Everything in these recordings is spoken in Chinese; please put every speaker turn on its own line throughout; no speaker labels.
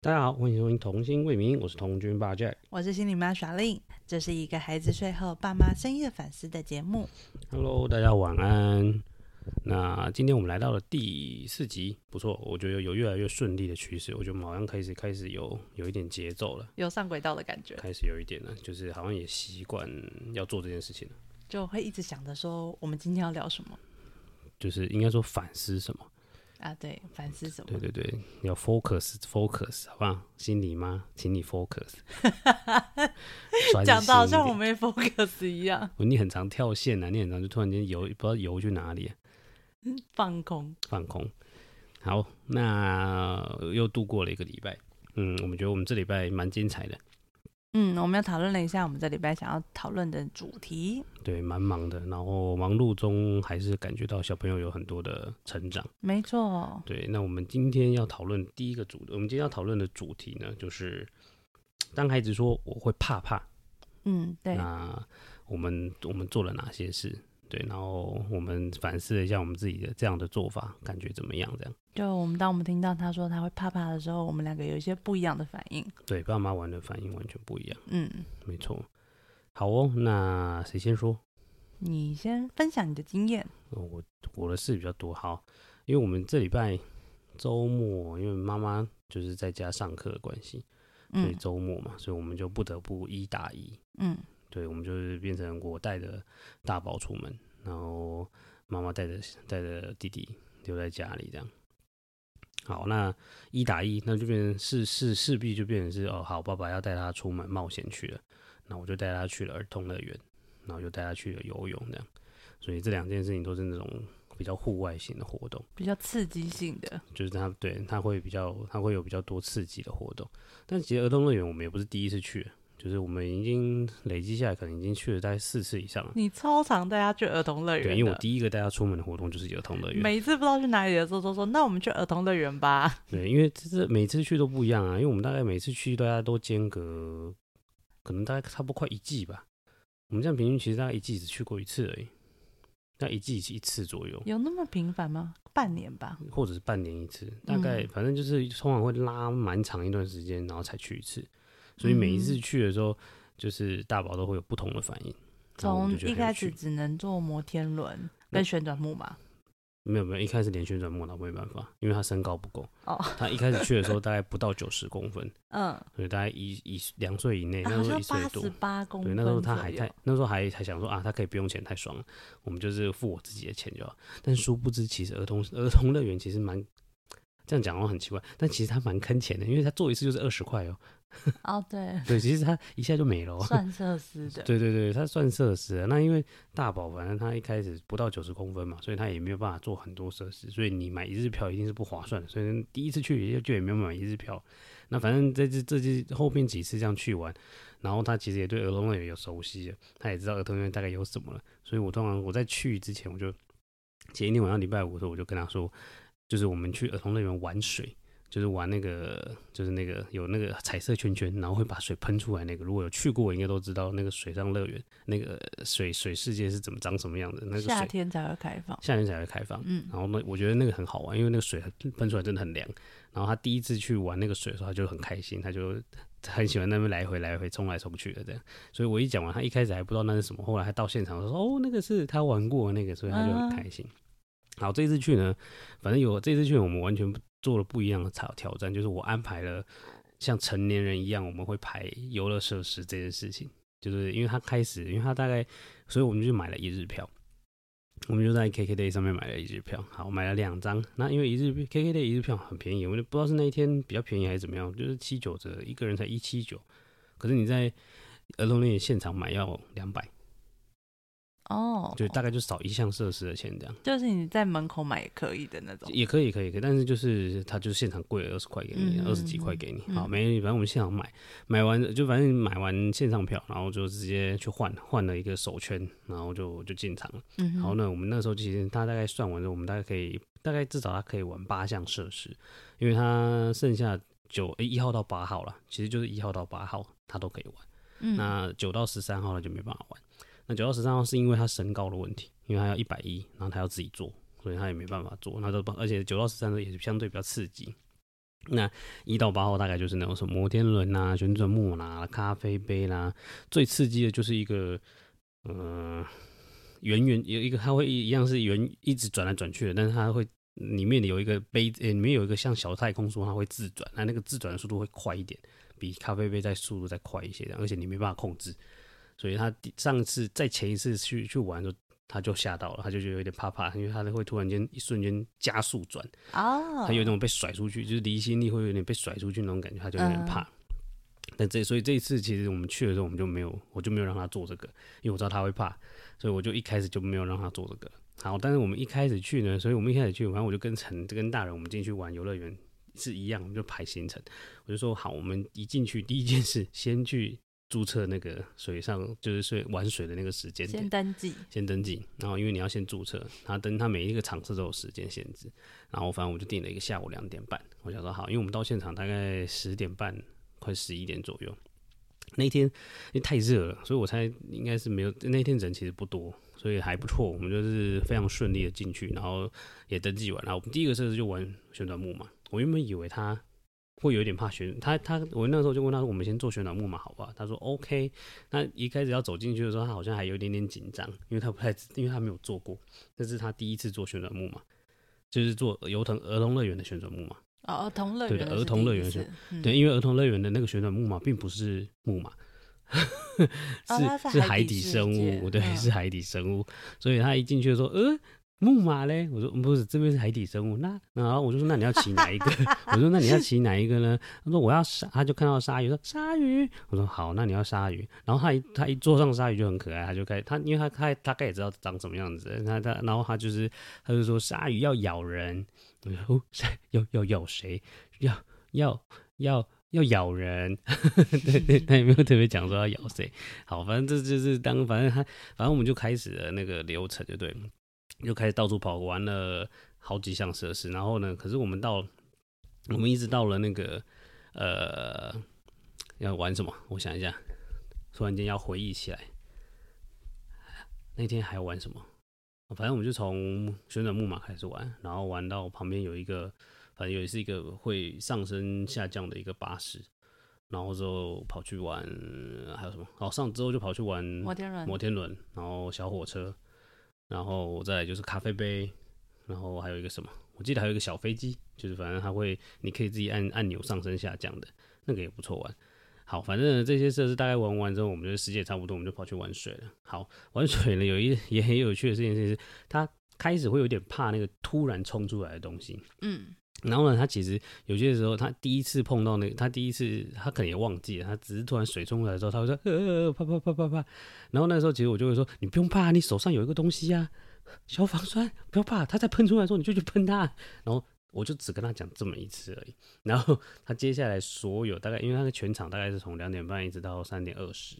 大家好，欢迎收听《童心未泯》，我是童军爸 Jack。
我是心理妈耍令，这是一个孩子睡后爸妈深夜反思的节目。
Hello，大家晚安。那今天我们来到了第四集，不错，我觉得有越来越顺利的趋势，我觉得我们好像开始开始有有一点节奏了，
有上轨道的感觉，
开始有一点了，就是好像也习惯要做这件事情了，
就会一直想着说我们今天要聊什么
就是应该说反思什么，
啊？对，反思什
对
么？
对对，要 focus focus，好不好？心理吗？请你 focus，专
讲
心
到好
一
像
点
我没 focus 一样，
你很常跳线啊，你很常就突然间游，不知道游去哪里、啊
放空。
放空。好，那又度过了一个礼拜。嗯，我们觉得我们这礼拜蛮精彩的，
嗯，我们要讨论了一下我们这礼拜想要讨论的主题。
对，蛮忙的。然后忙碌中还是感觉到小朋友有很多的成长。
没错，
对，那我们今天要讨论第一个主，我们今天要讨论的主题呢，就是当孩子说我会怕怕，
嗯，对，
那我们我们做了哪些事？对，然后我们反思了一下我们自己的这样的做法，感觉怎么样？这样。
就我们当我们听到他说他会怕怕的时候，我们两个有一些不一样的反应。
对，爸妈玩的反应完全不一样，
嗯，
没错。好哦，那谁先说？
你先分享你的经验。
哦我我的事比较多，好，因为我们这礼拜周末，因为妈妈就是在家上课的关系，所以
嗯
周末嘛，所以我们就不得不一打一，
嗯，
对，我们就是变成我带着大宝出门，然后妈妈带着带着弟弟留在家里这样。好，那一打一，那就变成势势势必就变成是哦，好，爸爸要带他出门冒险去了，那我就带他去了儿童乐园，然后又带他去了游泳这样。所以这两件事情都是那种比较户外型的活动。
比较刺激性的。
就是他对他会比较，他会有比较多刺激的活动。但其实儿童乐园我们也不是第一次去，就是我们已经累积下来，可能已经去了大概四次以上 了。
你超常带他去儿童乐园的，
对，因为我第一个带他出门的活动就是儿童乐园。
每次不知道去哪里的时候，都说那我们去儿童乐园 吧。
对，因为这是每次去都不一样啊，因为我们大概每次去大家都间隔，可能大概差不多快一季吧。我们这样平均其实大概一季只去过一次而已，那一季一次左右。
有那么频繁吗？半年吧。
或者是半年一次，大概
嗯
反正就是通常会拉蛮长一段时间，然后才去一次。所以每一次
嗯
去的时候，就是大宝都会有不同的反应。然后我
从
们就觉得
一
很有
开始
趣
只能坐摩天轮
那
跟旋转木马，
没有没有，一开始连旋转木马都没办法，因为他身高不够。
哦，
他一开始去的时候大概不到九十公分，
嗯，啊
所以大概一一两岁以内，哎
好
那时
像
候一岁
八
多
十。八公
对，
分
那
左右。
时候他还太，那时候还还想说啊，他可以不用钱，太爽了，我们就是付我自己的钱就好。但殊不知，其实儿童儿童乐园其实蛮这样讲好像很奇怪，但其实他蛮坑钱的，因为他做一次就是二十块哦。
哦，对，
对，其实他一下就没 了哦。
算设施的。
对对对，他算设施啊。那因为大宝反正他一开始不到九十公分嘛，所以他也没有办法做很多设施，所以你买一日票一定是不划算的。所以第一次去也就也没有买一日票。那反正这次这次后面几次这样去玩，然后他其实也对儿童乐园有熟悉了，他也知道儿童乐园大概有什么了。所以我通常我在去之前，我就前一天晚上礼拜五的时候，我就跟他说，就是我们去儿童乐园玩水。就是玩那个，就是那个有那个彩色圈圈，然后会把水喷出来那个。如果有去过，应该都知道那个水上乐园，那个呃水水世界是怎么长什么样的。那个水
夏天才会开放。
夏天才会开放。
嗯
然后呢，我觉得那个很好玩，因为那个水喷出来真的很凉。然后他第一次去玩那个水的时候，他就很开心，他就很喜欢那边来回来回冲来冲去的这样。所以我一讲完，他一开始还不知道那是什么，后来他到现场他说：“哦，那个是他玩过的那个。”所以他就很开心。好，这一次去呢，反正有这一次去，我们完全做了不一样的挑挑战，就是我安排了像成年人一样，我们会排游乐设施这件事情。就是因为他开始，因为他大概，所以我们就买了一日票。我们就在 KKday 上面买了一日票，好，买了两张。那因为一日 KKday 一日票很便宜，我就不知道是那一天比较便宜还是怎么样，就是七九折，一个人才一七九。可是你在儿童乐园现场买要两百，
哦，
就大概就少一项设施的钱这样。
就是你在门口买也可以的那种。
也可以，可以，可以，但是就是它就是现场贵了二十块给你，
嗯
二十、几块给你，
嗯
好，没问题，反正我们现场买，买完就反正买完线上票，然后就直接去换，换了一个手圈，然后就就进场了。
嗯哼，
然后呢，我们那时候其实他大概算完之后，我们大概可以大概至少他可以玩八项设施，因为他剩下九诶一号到八号啦，其实就是一号到八号他都可以玩。
嗯，
那九到十三号他就没办法玩。那九到十三号是因为他身高的问题，因为他要一百一，然后他要自己做，所以他也没办法做。那都而且九到十三也是相对比较刺激。那一到八号大概就是那种什么摩天轮啦、旋转木马啦、咖啡杯啦，最刺激的就是一个，嗯、圆圆有一个，它会一一样是圆一直转来转去的，但是它会里面有一个杯，呃、里面有一个像小太空梭，它会自转，它那个自转的速度会快一点，比咖啡杯再速度再快一些这样，而且你没办法控制，所以他第上次在前一次去去玩的时候。他就吓到了，他就觉得有点怕怕，因为他会突然间一瞬间加速转，
哦，
他有一种被甩出去，就是离心力会有点被甩出去那种感觉，他就有点怕。但这所以这一次其实我们去的时候，我们就没有，我就没有让他做这个，因为我知道他会怕，所以我就一开始就没有让他做这个。好，但是我们一开始去呢，所以我们一开始去，反正我就跟陈跟大人我们进去玩游乐园是一样，我们就排行程，我就说好，我们一进去第一件事先去注册那个水上就是睡玩水的那个时间点
先，登记，
先登记，然后因为你要先注册，他登他每一个场次都有时间限制，然后反正我就定了一个下午两点半，我想说好，因为我们到现场大概十点半，快十一点左右。那天因为太热了，所以我猜应该是没有那天人其实不多，所以还不错，我们就是非常顺利的进去，然后也登记完，然后我们第一个设置就玩旋转木马，我原本以为他。会有一点怕旋，他他我那时候就问他说：“我们先做旋转木马好不好？”他说：“OK。”那一开始要走进去的时候，他好像还有一点点紧张，因为他不太，因为他没有做过，这是他第一次做旋转木马，就是做儿童儿童乐园的旋转木马。
哦，儿童乐
对
园
的
是第一次，
儿童乐园是
嗯
对，，因为儿童乐园的那个旋转木马并不是木马，
哦它是
是
海
海
底
底
世
生
界
物，对，
嗯
是海底生物。所以他一进去就说，呃。木马嘞？我说嗯不是，这边是海底生物。那然后我就说，那你要骑哪一个？ 我说那你要骑哪一个呢？他说我要鲨，他就看到鲨鱼，说鲨鱼。我说好，那你要鲨鱼。然后他一他一坐上鲨鱼就很可爱，他就开他，因为他他大概也知道长什么样子，他他然后他就是他就说鲨鱼要咬人，我说哦，鲨要要咬谁？要要要要咬人？ 对对，他也没有特别讲说要咬谁。好，反正这就是当反正他反正我们就开始了那个流程，就对了，就开始到处跑，玩了好几项设施。然后呢，可是我们到我们一直到了那个呃要玩什么？我想一下，突然间要回忆起来，那天还玩什么？反正我们就从旋转木马开始玩，然后玩到旁边有一个，反正也是一个会上升下降的一个巴士，然后之后跑去玩还有什么？好，上之后就跑去玩
摩天轮，
摩天轮，然后小火车，然后再来就是咖啡杯，然后还有一个什么，我记得还有一个小飞机，就是反正它会，你可以自己按按钮上升下降的，那个也不错玩。啊好，反正这些设施大概玩完之后，我们觉得时间也差不多，我们就跑去玩水了。好，玩水了有一也很有趣的事情是，它开始会有点怕那个突然冲出来的东西，
嗯，
然后呢，他其实有些时候，他第一次碰到那个，他第一次他可能也忘记了，他只是突然水冲出来的时候，他会说呃呃呃啪啪啪啪啪。然后那时候其实我就会说，你不用怕，你手上有一个东西啊，消防栓，不要怕，它再喷出来的时候你就去喷它。然后我就只跟他讲这么一次而已。然后他接下来所有大概，因为他的全场大概是从两点半一直到三点二十，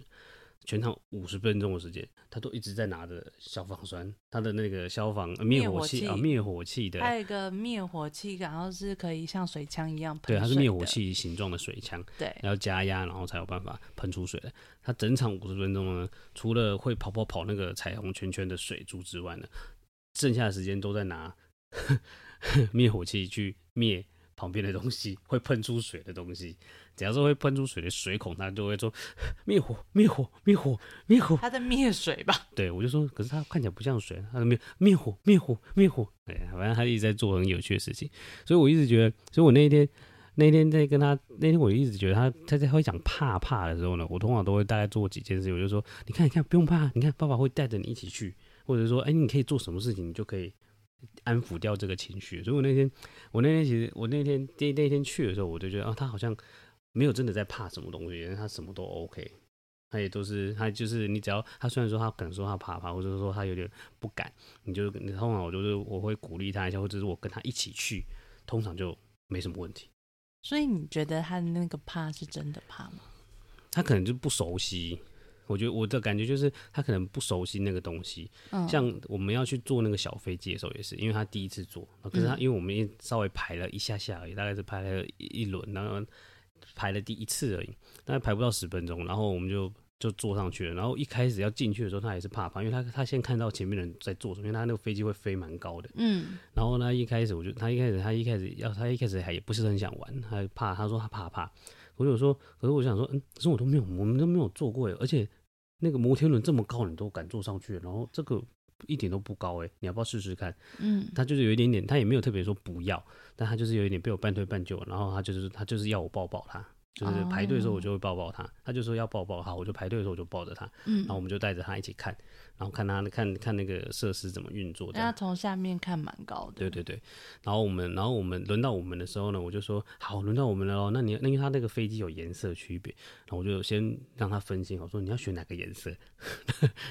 全场五十分钟的时间，他都一直在拿着消防栓，他的那个消防、呃灭
灭
火
火
器
器
啊灭火器的
还有一个灭火器，然后是可以像水枪一样喷，
对，它是灭火，器形状的水枪，
对，
要加压，然后才有办法喷出水的。它整场五十分钟呢，除了会跑跑跑那个彩虹圈圈的水珠之外呢，剩下的时间都在拿 灭火器去灭旁边的东西，会喷出水的东西。只要是会喷出水的水孔，它就会说 灭火、灭火、灭火、灭火。
它在灭水吧？
对，我就说，可是它看起来不像水，它灭灭火、灭火、灭火，哎，反正他一直在做很有趣的事情，所以我一直觉得，所以我那一天那一天在跟他那天，我一直觉得他他在会讲怕怕的时候呢，我通常都会大概做几件事，我就说，你看你看，不用怕，你看爸爸会带着你一起去，或者说，哎，你可以做什么事情，你就可以安抚掉这个情绪。所以我那天我那天其实我那天那那天去的时候，我就觉得啊，他好像没有真的在怕什么东西，他什么都 OK。他也都是，他就是你只要他虽然说他可能说他怕怕，或者是说他有点不敢，你就你通常我就是我会鼓励他一下，或者是我跟他一起去，通常就没什么问题。
所以你觉得它那个怕是真的怕吗？
他可能就不熟悉，我觉得我的感觉就是他可能不熟悉那个东西。
嗯，
像我们要去坐那个小飞机的时候也是，因为他第一次坐，可是他
嗯
因为我们也稍微排了一下下而已，大概是排了一一轮，然后排了第一次而已，大概排不到十分钟，然后我们就就坐上去了。然后一开始要进去的时候，他也是怕怕，因为他他先看到前面人在做什么，因为他那个飞机会飞蛮高的。
嗯，
然后呢，一开始我就他一开始他一开始要他一开始还也不是很想玩，他怕他说他怕怕。我就说，可是我想说，嗯，可是我都没有，我们都没有坐过耶，而且那个摩天轮这么高，你都敢坐上去，然后这个一点都不高哎，你要不要试试看？
嗯，
他就是有一点点，他也没有特别说不要，但他就是有一点被我半推半就，然后他就是他就是要我抱抱他，就是排队的时候我就会抱抱他，他就说要抱抱，好，我就排队的时候我就抱着他，
嗯
然后我们就带着他一起看，然后看他看看那个设施怎么运作这
那
样。
从下面看蛮高的，
对对对，然后我们，然后我们轮到我们的时候呢，我就说好，轮到我们了哦。那你，那因为它那个飞机有颜色区别，然后我就先让他分心，我说你要选哪个颜色，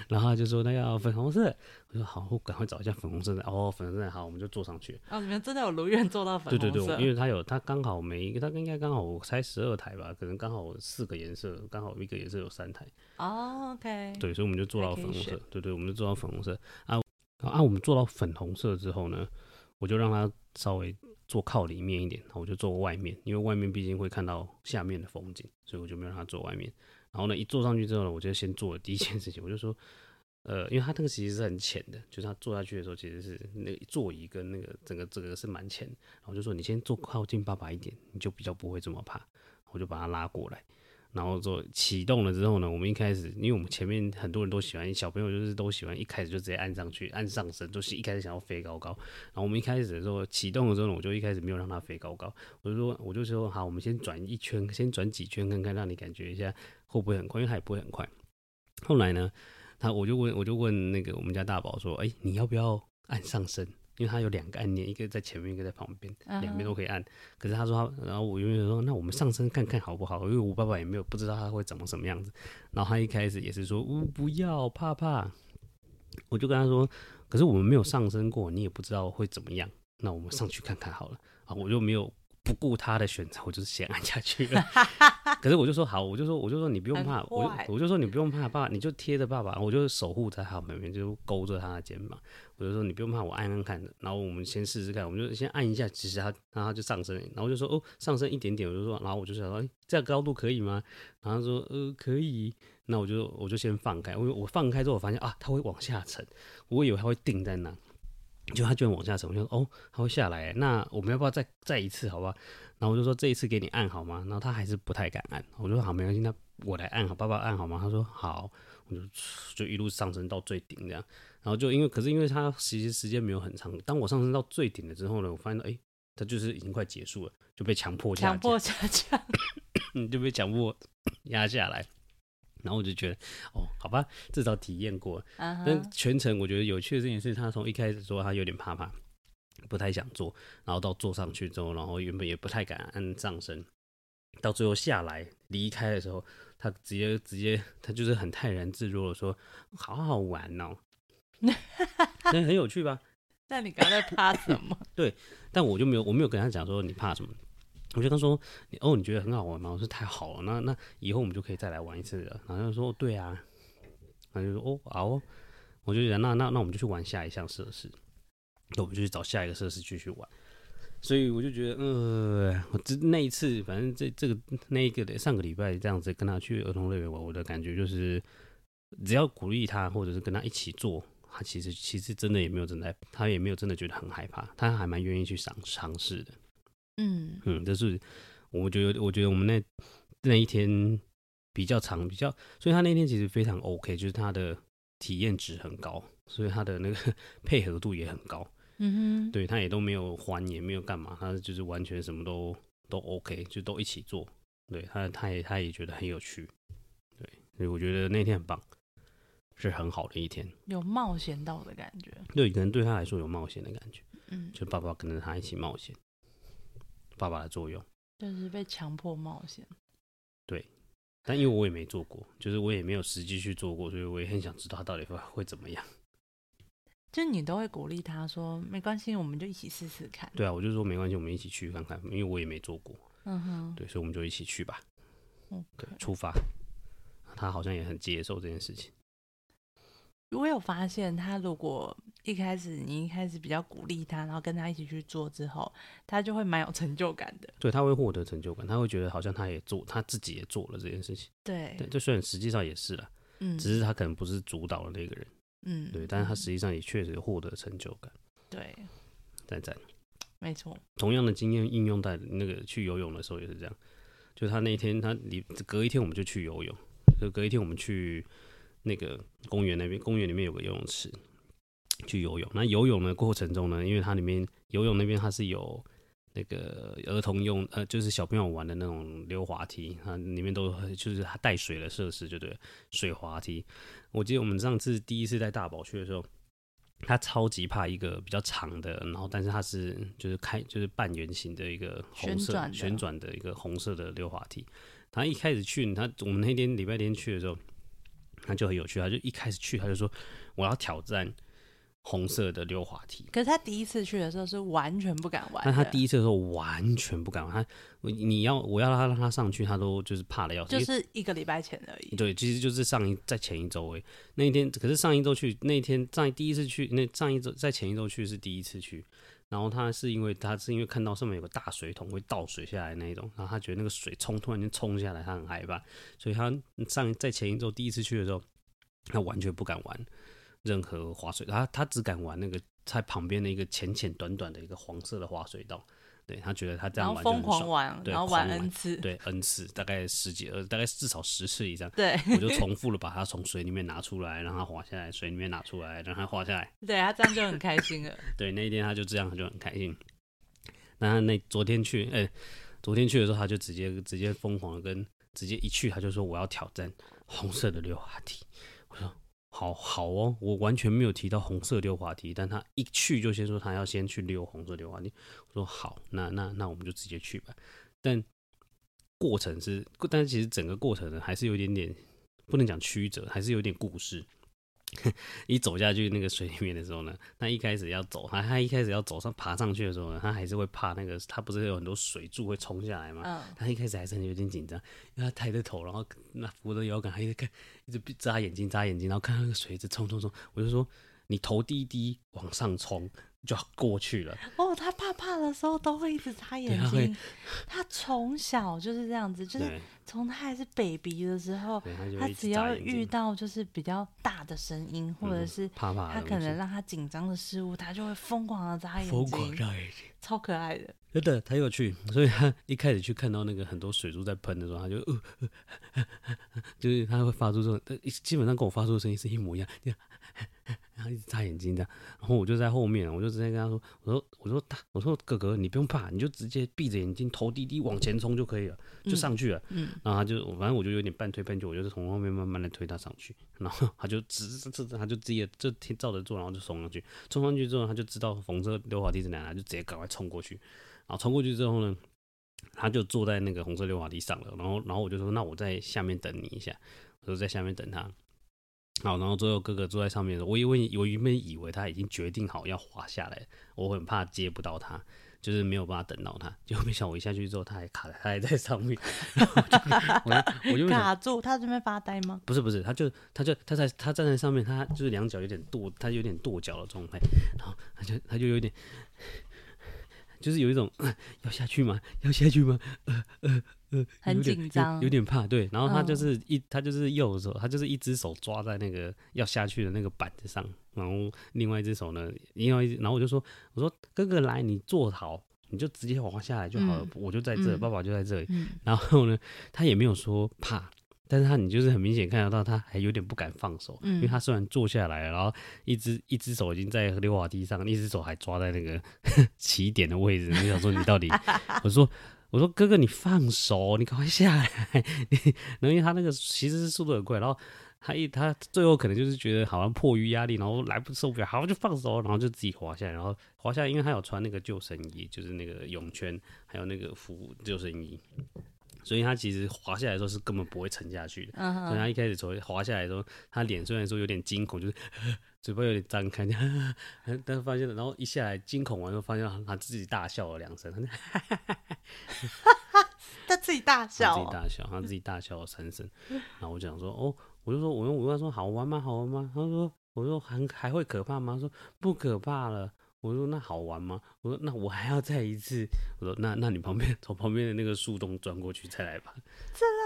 然后他就说那要粉红色，我说好，我赶快找一下粉红色的，哦，粉红色的好，我们就坐上去。
哦，你们真的有如愿做到粉
对
红
对
色，
对，因为它有它刚好每一个，它应该刚好我猜十二台吧，可能刚好四个颜色，刚好一个颜色有三台，
哦，OK，
对，所以我们就做
还
到
可
粉
以
红
选
色，对对，我们就做到粉红色啊啊！我们做到粉红色之后呢，我就让它稍微坐靠里面一点，然后我就坐外面，因为外面毕竟会看到下面的风景，所以我就没有让它坐外面。然后呢，一坐上去之后呢，我就先做的第一件事情，我就说，呃，因为它那个其实是很浅的，就是它坐下去的时候其实是那个座椅跟那个整个这个是蛮浅的，然后我就说你先坐靠近爸爸一点，你就比较不会这么怕。我就把它拉过来，然后做启动了之后呢，我们一开始，因为我们前面很多人都喜欢小朋友，就是都喜欢一开始就直接按上去，按上升，就是一开始想要飞高高。然后我们一开始的时候启动的时候呢，我就一开始没有让它飞高高，我就说我就说好，我们先转一圈，先转几圈看看，让你感觉一下会不会很快，因为它也不会很快。后来呢，他我就问我就问那个我们家大宝说，哎、你要不要按上升？因为它有两个按键，一个在前面，一个在旁边。两边都可以按。可是他说他，然后我永远说，那我们上身看看好不好？因为我爸爸也没有不知道他会长成什么样子。然后他一开始也是说，呜、不要怕怕。我就跟他说，可是我们没有上身过，你也不知道会怎么样。那我们上去看看好了。啊，我就没有不顾他的选择，我就是先按下去了。 可是我就说好，我就说我就说你不用怕，
很
我
坏
就我就说你不用怕，爸，你就贴着爸爸，我就守护在他旁边，就勾着他的肩膀。我就说你不用怕，我按按看的。然后我们先试试看，我们就先按一下，其实他，然后他就上升，然后就说哦，上升一点点，我就说，然后我就想说，哎，这样高度可以吗？然后他说呃可以，那我就我就先放开，我我放开之后，我发现啊，它会往下沉，我以为它会定在那，就它居然往下沉，我就说哦，它会下来，那我们要不要再再一次，好不好？然后我就说这一次给你按好吗？然后他还是不太敢按，我就说好，没关系，那我来按好，爸爸按好吗？他说好，我就就一路上升到最顶这样，然后就因为可是因为它其实时间没有很长，当我上升到最顶了之后呢，我发现哎，它就是已经快结束了，就被强迫下
强
降
迫下降，
嗯，就被强迫 压下来。然后我就觉得，哦，好吧，至少体验过。
嗯哼
但全程我觉得有趣的事情是，他从一开始说他有点怕怕，不太想做，然后到坐上去之后，然后原本也不太敢按上身，到最后下来离开的时候，他直接直接他就是很泰然自若的说：“好好玩哦， 那很有趣吧？”
那你刚才怕什 么？
但我就没有，我没有跟他讲说你怕什么，我就跟他说，你哦，你觉得很好玩吗？我说太好了，那那以后我们就可以再来玩一次了。然后他就说哦对啊，然后就说哦好哦，我就想那那那我们就去玩下一项设施，那我们就去找下一个设施继续玩。所以我就觉得，呃，我这那一次，反正这这个那一个上个礼拜这样子跟他去儿童乐园玩，我的感觉就是，只要鼓励他，或者是跟他一起做，他其实其实真的也没有真的，他也没有真的觉得很害怕，他还蛮愿意去尝尝试的。
嗯，
嗯，这是我觉得，我觉得我们那那一天比较长，比较，所以他那天其实非常 OK，就是他的体验值很高，所以他的那个 配合度也很高。
嗯哼，
对他也都没有还，也没有干嘛，他就是完全什么都都 OK，就都一起做。对他，他也他也觉得很有趣。对，所以我觉得那天很棒，是很好的一天。
有冒险到的感觉，
对，可能对他来说有冒险的感觉，
嗯，
就爸爸跟着他一起冒险，爸爸的作用。
就是被强迫冒险。
但因为我也没做过，就是我也没有实际去做过，所以我也很想知道他到底会会怎么样。
就是你都会鼓励他说：“没关系，我们就一起试试看。
对啊，我就说没关系，我们一起去看看，因为我也没做过，”
嗯哼，
对，所以我们就一起去吧，
嗯，
对，出发。他好像也很接受这件事情。
我有发现，他如果一开始你一开始比较鼓励他，然后跟他一起去做之后，他就会蛮有成就感的。
对，他会获得成就感，他会觉得好像他也做，他自己也做了这件事情。
对
对，这虽然实际上也是啦，
嗯，
只是他可能不是主导的那个人，
嗯，
对，但是他实际上也确实获得成就感，
对，
赞赞。
没错，
同样的经验应用在那个去游泳的时候也是这样，就他那一天他你隔一天我们就去游泳，就隔一天我们去那个公园那边，公园里面有个游泳池去游泳。那游泳的过程中呢，因为它里面游泳那边它是有那个儿童用呃，就是小朋友玩的那种溜滑梯，它里面都就是它带水的设施，就对了水滑梯。我记得我们上次第一次在大堡去的时候，他超级怕一个比较长的，然后但是它是就是开就是半圆形的一个红
旋
色
转的
旋转的一个红色的溜滑梯。他一开始去，他我们那天礼拜天去的时候，他就很有趣，他就一开始去他就说我要挑战红色的溜滑梯。
可是他第一次去的时候是完全不敢玩的，
但他第一次的时候完全不敢玩，他我你要我要让他让他上去，他都就是怕的要死。因
就
为
是一个礼拜前而已。
对，其实就是上一在前一周诶，那一天可是上一周去那一天上第一次去那上一周在前一周去是第一次去，然后他是因为他是因为看到上面有个大水桶会倒水下来那一种，然后他觉得那个水冲突然间冲下来，他很害怕，所以他上在前一周第一次去的时候，他完全不敢玩任何滑水，他他只敢玩那个在旁边的一个浅浅短短的一个黄色的滑水道，对他觉得他这
然
样
后
玩就
疯
很
狂
爽。
玩，
对
然后玩
狂玩
n 次，
对，n 次大概十几呃，大概至少十次以上，
对
我就重复了把它从水里面拿出来，让它滑下来，水里面拿出来，让它滑下来。
对，他这样就很开心了。
对，那一天他就这样，他就很开心。那他那昨天去，哎、昨天去的时候，他就直接直接疯狂的跟，直接一去他就说我要挑战红色的溜滑梯。我说好好哦，我完全没有提到红色溜滑梯，但他一去就先说他要先去溜红色溜滑梯。我说好，那那那我们就直接去吧。但过程是，但是其实整个过程呢，还是有一点点不能讲曲折，还是有点故事。 一走下去那个水里面的时候呢，他一开始要走，他他一开始要走上爬上去的时候呢，他还是会怕那个，他不是有很多水柱会冲下来吗？
嗯，
他一开始还是很有点紧张，因为他抬着头，然后那扶着摇杆，他一直看，一直闭眨眼睛眨眼睛，然后看那个水一直冲冲冲，我就说你头低低往上冲就要过去了，
哦，他怕怕的时候都会一直擦眼
他会
睛，他从小就是这样子，就是
对
从他还是 baby 的时候，
对，他就
他
会一
只
直眨
要
眼
遇
睛，
到就是比较大的声音，或者
嗯
是
怕怕的
他
东
可能
西
让他紧张的事物，他就会疯狂的眨眼
疯狂
睛，
眨眼睛。
超可 爱的。
真的很有趣，所以他一开始去看到那个很多水珠在喷的时候，他就呃，呃 就是他会发出这种，呃基本上跟我发出的声音是一模一样， 这样，然后一直眨眼睛这样，然后我就在后面，我就直接跟他说，我说我说大，我说哥哥你不用怕，你就直接闭着眼睛头低低往前冲就可以了，就上去了，
嗯，
然后他就反正我就有点半推半就，我就是从后面慢慢的推他上去，然后他就直这这他就直接就听照着做，然后就冲上去，冲上去之后他就知道红色溜滑梯在哪，他就直接赶快冲过去，然后冲过去之后呢，他就坐在那个红色溜滑梯上了，然后然后我就说那我在下面等你一下，我就在下面等他。好，然后最后哥哥坐在上面的时候，我以为我原本以为他已经决定好要滑下来，我很怕接不到他，就是没有办法等到他。结果没想到我一下去之后，他还卡在，他还在上面， 我就我就会想，
卡住，他这边发呆吗？
不是不是，他就他就他在他站在上面，他就是两脚有点跺，他有点跺脚的状态，然后他就他就有点，就是有一种、呃 要下去吗？要下去吗？
很
有点
紧张
有，有点怕，对。然后他
嗯
就是一，他就是右手，他就是一只手抓在那个要下去的那个板子上，然后另外一只手呢，另外一只，然后我就说，我说哥哥来，你坐好，你就直接滑下来就好了，
嗯
我就在这，
嗯
爸爸就在这里。
嗯，
然后呢，他也没有说怕，但是他你就是很明显看得到他还有点不敢放手，
嗯
因为他虽然坐下来了，然后一只一只手已经在溜滑梯上，一只手还抓在那个 起点的位置。我想说你到底，我说。我说哥哥，你放手，你赶快下来！ 你，然后因为他那个其实是速度很快，然后他一他最后可能就是觉得好像迫于压力，然后来不受不了，好就放手，然后就自己滑下来，然后滑下来，因为他有穿那个救生衣，就是那个泳圈，还有那个服救生衣，所以他其实滑下来的时候是根本不会沉下去的。
嗯
所以
哼，
他一开始从滑下来的时候，他脸虽然说有点惊恐，就是 嘴巴有点张开， 但是发现，然后一下来惊恐完之后，发现他自己大笑了两声，他就
他自己大
他
笑
自己
哦，
大笑，他自己大笑了三声。然后我就想说，哦，我就说，我用我跟他说好玩吗？好玩吗？他说我说还还会可怕吗？他说不可怕了。我说那好玩吗？我说那我还要再一次。我说那那你旁边从旁边的那个树洞钻过去再来吧。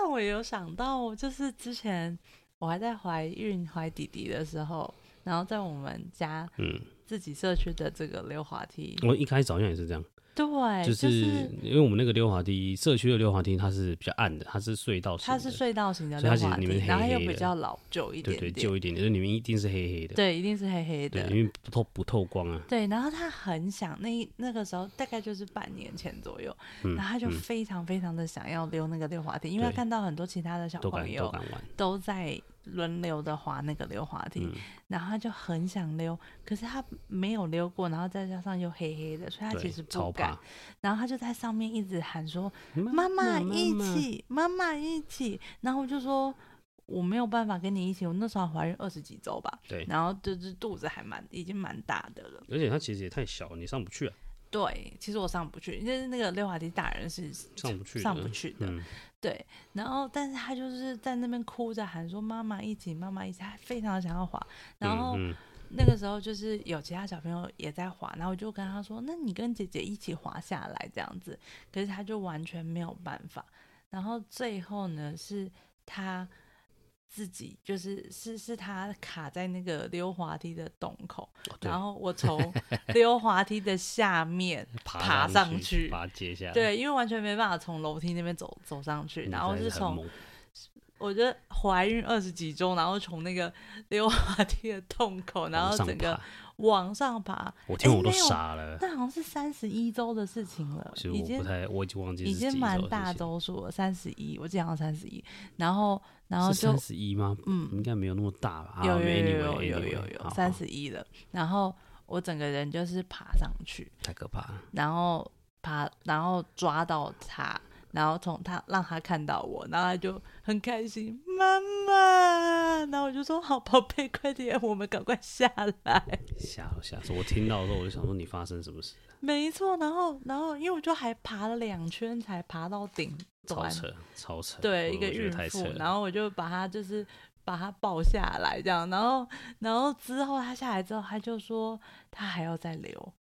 让我有想到，就是之前我还在怀孕怀弟弟的时候，然后在我们家
嗯，
自己社区的这个溜滑梯，
我一开始好像也是这样，
对，
嗯就
哎就是
因为我们那个溜滑梯，社区的溜滑梯它是比较暗的，它是隧道型
它
的，
是隧道型的
所以它
溜
其实
滑
里
梯，
面
然后
黑
又
黑的
比较老旧一
对
点
对，
点，
旧一点点，就里面一定是黑黑的，
对一定是黑黑的，
因为不透不透光啊。
对，然后他很想那一那个时候大概就是半年前左右，
嗯，
然后他就
嗯
非常非常的想要溜那个溜滑梯，因为他
对
看到很多其他的小
都
朋
敢都
友
敢玩，
都在轮流的滑那个溜滑梯，
嗯，
然后他就很想溜，可是他没有溜过，然后再加上又黑黑的，所以他
对
其实不
超
敢
怕。。
然后他就在上面一直喊说
妈
妈
妈
妈一
妈
起，妈妈一起。然后我就说我没有办法跟你一起，我那时候怀孕二十几周吧，
对
然后就是肚子还蛮已经蛮大的了。
而且它其实也太小，你上不去啊，
对，其实我上不去，因为那个溜滑梯大人是
上不去的，
上不去的。
嗯，
对，然后但是他就是在那边哭着喊说妈妈一起，妈妈一起，他非常想要滑。然后
嗯嗯
那个时候就是有其他小朋友也在滑，然后我就跟他说：“那你跟姐姐一起滑下来这样子。”可是他就完全没有办法。然后最后呢，是他自己就是是是他卡在那个溜滑梯的洞口，
哦对
然后我从溜滑梯的 下面爬上
上
去
把它接下来，
对，因为完全没办法从楼梯那边走走上去，
嗯，
然后
真
是
的很
从
猛
我觉得怀孕二十几周，然后从那个溜滑梯的洞口，然
往
后
上
整个
爬，
往上爬，
我听
哎
我都
没有
傻了，
那好像是三十一周的事情了，
其实
已
我不
经
太，我已经忘记
已
是
经
几
蛮
周的事
大
情
周数了，三十一，我记得好像三十一，然后然后
是
就
三十一吗？
嗯
应该没有那么大吧？
有
啊
有有
anyway，
有有
anyway，
有
好
有
好
三十一了，然后我整个人就是爬上去，
太可怕了，
然后爬，然后抓到他，然后从他让他看到我，然后他就很开心，妈妈。然后我就说好，宝贝，快点，我们赶快下来。
吓都吓死我！我听到的时候我就想说你发生什么事，
没错，然后然后因为我就还爬了两圈才爬到顶
超
端，
扯超扯，
对
我
一个
我觉得
孕
太扯
妇
了，，
然后我就把他就是把他抱下来这样，然后然后之后他下来之后，他就说他还要再留，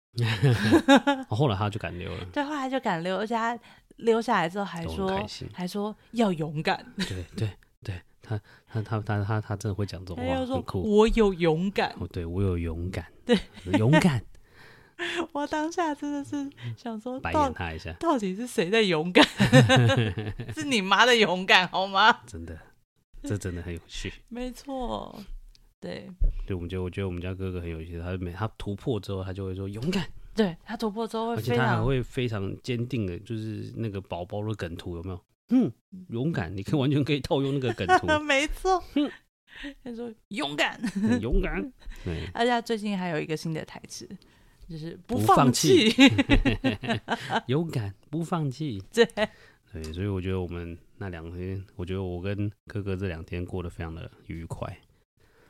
哦后来他就敢溜了，
对，后来就敢溜，而且他溜下来之后还
都很
说
开心
还说要勇敢，
对对对，他他他他他他真的会讲这种
他就
话，很
说
酷。
我有勇敢，
哦，对我有勇敢，
对，
勇 敢，
我当下真的是想说
嗯白
到
眼他一下，
到底是谁在勇敢？ 是你妈的勇敢好吗？
真的，这真的很有趣。
没错，对
对，我们觉得，我觉得我们家哥哥很有趣，他每他突破之后，他就会说勇敢，
对，他突破之后会
而且
非
他还
常
会非常坚定的，就是那个宝宝的梗图有没有？嗯，勇敢，你可以完全可以套用那个梗 图，
没错，他说勇敢，
嗯勇敢，对，
而且他最近还有一个新的台词，就是不
不
放
放弃
弃。
勇敢，不放弃，
对，
对，所以我觉得我们那两天，我觉得我跟哥哥这两天过得非常的愉快。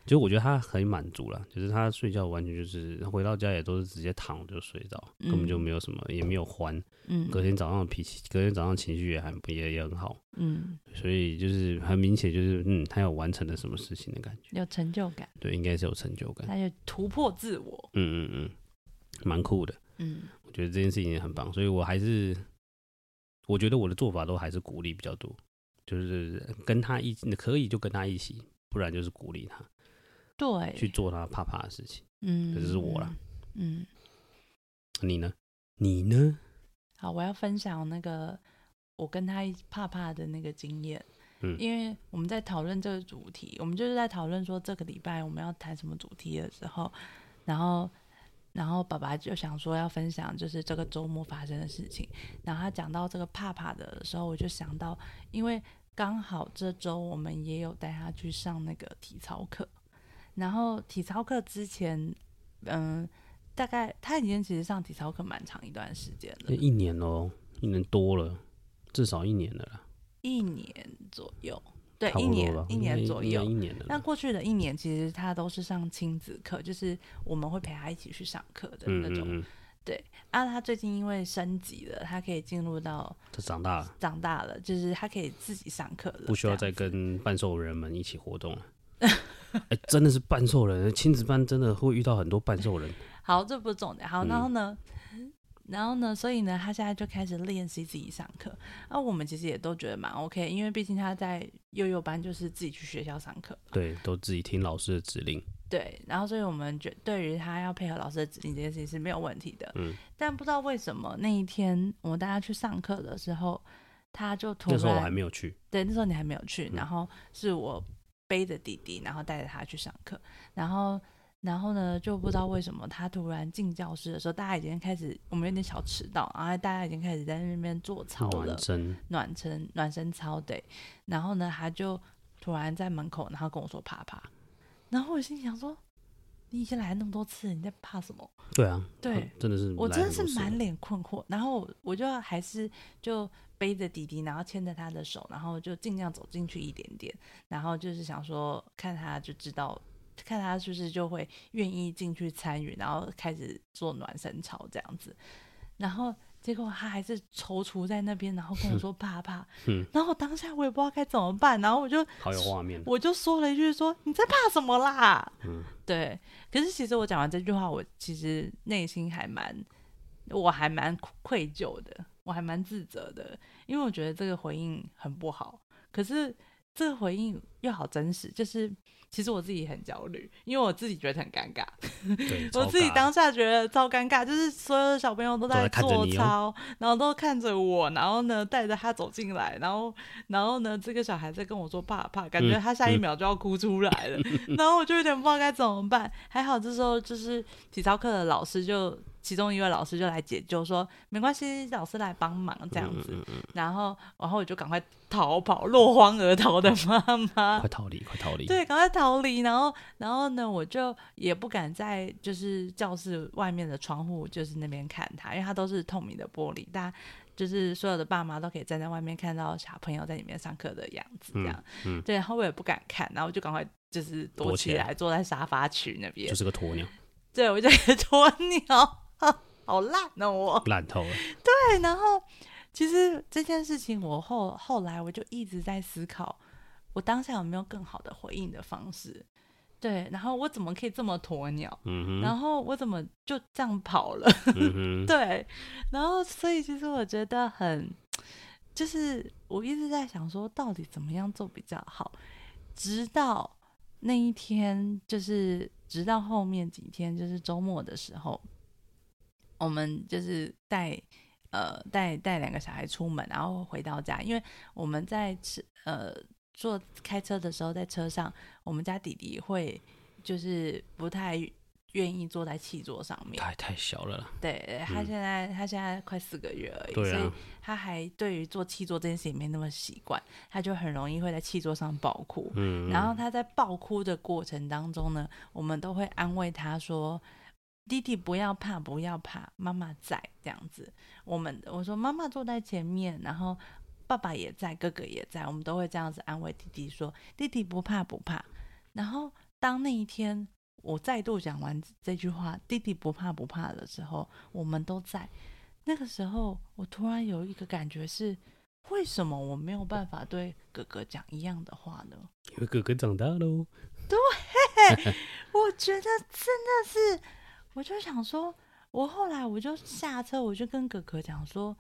就我觉得他很满足了，就是他睡觉完全就是回到家也都是直接躺着就睡着，根本就
嗯
没有什么，也没有欢。
嗯
隔天早上的脾气，隔天早上情绪也还也也很好，
嗯，
所以就是很明显就是嗯，他有完成了什么事情的感觉，
有成就感，
对，应该是有成就感。
他就突破自我。
嗯嗯嗯，蛮酷的，
嗯，
我觉得这件事情也很棒，所以我还是我觉得我的做法都还是鼓励比较多，就是呃跟他一起，可以就跟他一起，不然就是鼓励他
对，
去做他怕怕的事情。
嗯，
这就是我啦
嗯。嗯，
你呢？你呢？
好，我要分享那个我跟他一起怕怕的那个经验。
嗯
因为我们在讨论这个主题，我们就是在讨论说这个礼拜我们要谈什么主题的时候，然后，然后爸爸就想说要分享就是这个周末发生的事情，然后他讲到这个怕怕的时候，我就想到，因为刚好这周我们也有带他去上那个体操课，然后体操课之前，嗯。大概他已经其实上体操课蛮长一段时间了，
一年哦，一年多了，至少一年了啦，
一年左右，对，
差
一
不多
年
吧，
一年
应该
左
应该
右
一。年了
那
啦。
过去的一年，其实他都是上亲子课，就是我们会陪他一起去上课的
嗯
那种。
嗯嗯，
啊，他最近因为升级了，他可以进入到
他长大了，
长大了，就是他可以自己上课了，
不需要
这
再
样子
跟半兽人们一起活动了。哎、真的是半兽人，亲子班真的会遇到很多半兽人。
好，这不是重点。好，
嗯
然后呢，然后呢，所以呢，他现在就开始练习自己上课。啊，我们其实也都觉得蛮 OK，因为毕竟他在幼幼班就是自己去学校上课。
对，都自己听老师的指令。
对，然后所以我们觉对于他要配合老师的指令这件事情是没有问题的。
嗯，
但不知道为什么那一天我们大家去上课的时候，他就突
那时候我还
然
没有去，
对，那时候你还没有去，
嗯
然后是我背着弟弟，然后带着他去上课，然后然后呢就不知道为什么他突然进教室的时候，大家已经开始我们有点小迟到，然后大家已经开始在那边做操了
完，真
暖身暖身操对，然后呢他就突然在门口，然后跟我说啪啪，然后我心里想说。你已经来那么多次，你在怕什么？
对啊，
对
嗯真的是
我
来
真的
很
是
多次
满脸困惑，然后我我就还是就背着弟弟，然后牵着他的手，然后就尽量走进去一点点，然后就是想说看他就知道，看他是不是就会愿意进去参与，然后开始做暖身操这样子，然后。结果他还是踌躇在那边，然后 跟我说爸爸，
嗯
然后当下我也不知道该怎么办，然后我就
好 有画面。
我就说了一句说你在怕什么啦？
嗯，
对。可是其实我讲完这句话，我其实内心还蛮，我还蛮愧疚的，我还蛮自责的，因为我觉得这个回应很不好。可是这个回应又好真实，就是其实我自己很焦虑，因为我自己觉得很尴尬，
对，
我
超
自己
尬
当下觉得超尴尬，就是所有的小朋友都
都在看着
做
你哦
操，然后都看着我，然后呢带着他走进来，然后然后呢这个小孩在跟我说爸爸，感觉
嗯
他下一秒就要哭出来 了，然后我就有点不知道该怎么办。还好这时候就是体操课的老师就其中一位老师就来解救说没关系，老师来帮忙这样
嗯
子，然后然后我就赶快逃跑，落荒而逃的妈妈
快。逃离，快逃离。
对，赶快逃离。然后，然后呢，我就也不敢在就是教室外面的窗户就是那边看他，因为他都是透明的玻璃，大家就是所有的爸妈都可以站在外面看到小朋友在里面上课的样子，这样。
嗯嗯
对，然后我也不敢看，然后我就赶快就是躲
躲
起
起
来，
来
坐在沙发区那边。
就是个鸵鸟，
对，我就 鸵鸟，好烂哦我。
烂透了。
对，然后其实这件事情，我后后来我就一直在思考，我当下有没有更好的回应的方式？对，然后我怎么可以这么鸵鸟？
嗯哼，
然后我怎么就这样跑了？
嗯哼，
对，然后所以其实我觉得很，就是我一直在想说，到底怎么样做比较好？直到那一天，就是直到后面几天，就是周末的时候，我们就是带呃带带两个小孩出门，然后回到家，因为我们在吃呃坐开车的时候，在车上，我们家弟弟会就是不太愿意坐在汽座上面，
太太小了啦。
对他
嗯
现在、他现在快四个月而已，
对
所以
啊，
他还对于做气座这件事情没那么习惯，他就很容易会在气座上爆哭。
嗯，
然后他在爆哭的过程当中呢，我们都会安慰他说：“弟弟不要怕，不要怕，妈妈在。”这样子，我们我说妈妈坐在前面，然后爸爸也在，哥哥也在，我们都会这样子安慰弟弟说：“弟弟不怕，不怕。”然后当那一天我再度讲完这句话“弟弟不怕，不怕”的时候，我们都在。那个时候，我突然有一个感觉是。为什么我没有办法对哥哥讲一样的话呢？
因为哥哥长大喽，
我觉得真的是，我就想说，我后来我就下车，我就跟哥哥讲说，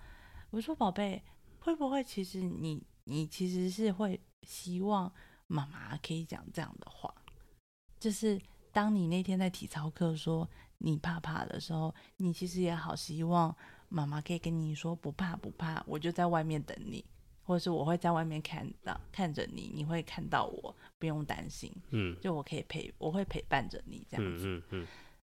我说宝贝，会不会其实你你其实是会希望妈妈可以讲这样的话，就是当你那天在体操课说你怕怕的时候，你其实也好希望妈妈可以跟你说不怕不怕，我就在外面等你。或者是我会在外面看到看着你，你会看到我，不用担心。
嗯
就我可以陪，我会陪伴着你这样
嗯
子。
嗯嗯，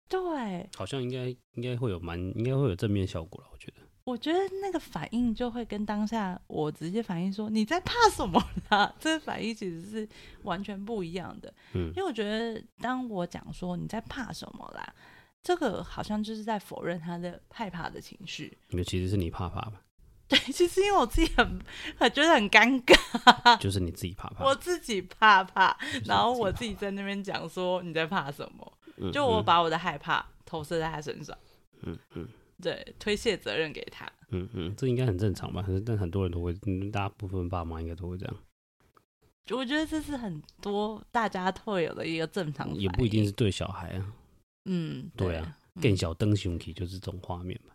对，
好像应该应该会有蛮应该会有正面效果了，我觉得。
我觉得那个反应就会跟当下我直接反应说你在怕什么啦， 这个反应其实是完全不一样的。
嗯
因为我觉得当我讲说你在怕什么啦，这个好像就是在否认他的害怕的情绪。
因为其实是你怕怕吧，
对，其实因为我自己很很觉得很尴尬，
就是你自己怕怕。
我自己怕怕，
就是你
然后我自
己
己在那边讲说你在怕什么，
怕怕，
就我
嗯
把我的害怕投射在他身上，
嗯嗯
对，推卸责任给他。
嗯嗯，这应该很正常吧？可是但很多人都会，嗯大部分爸妈应该都会这样。
我觉得这是很多大家会有的一个正常，
也不一定是，对小孩啊，
嗯，
对
对
啊，
嗯
更小灯熊体就是这种画面嘛。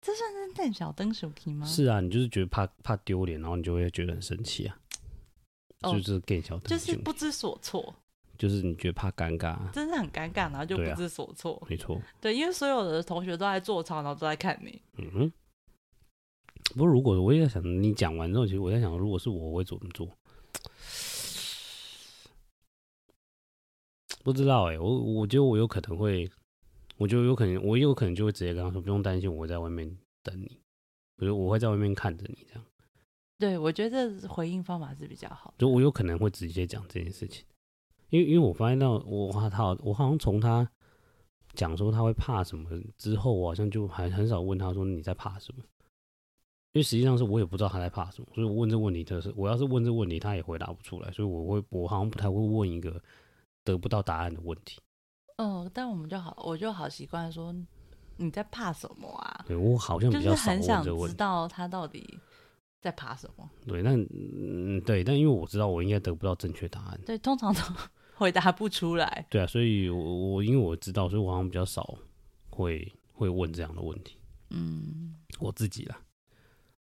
这算是邓小灯手机吗？
是啊，你就是觉得怕怕丢脸，然后你就会觉得很生气啊。
哦
就是更小灯
就是
熊，
不知所措，
就是你觉得怕尴尬啊，
真的很尴尬，然后就
对啊
不知所措。
没错。
对，因为所有的同学都在做操，然后都在看你。
嗯哼。不过如果我也在想，你讲完之后，其实我在想，如果是我，我会怎么做？不知道哎、我我觉得我有可能会，我觉得有可能，我有可能就会直接跟他说，不用担心，我会在外面等你，我就我会在外面看着你，这样，
对，我觉得这回应方法是比较好的。
就我有可能会直接讲这件事情，因为因为我发现到我他好，我好像从他讲说他会怕什么之后，我好像就还很少问他说你在怕什么，因为实际上是我也不知道他在怕什么，所以我问这问题的是，我要是问这问题，他也回答不出来，所以我会我好像不太会问一个得不到答案的问题，
嗯，但我们就好，我就好习惯说你在怕什么啊？
对我好像
就
比
是
较少问
很想
这个问
知
题，
道他到底在怕什么。
对，但嗯对，但因为我知道我应该得不到正确答案，
对，通常都 回答不出来。
对啊，所以我我因为我知道，所以我好像比较少会会问这样的问题。
嗯，
我自己啦，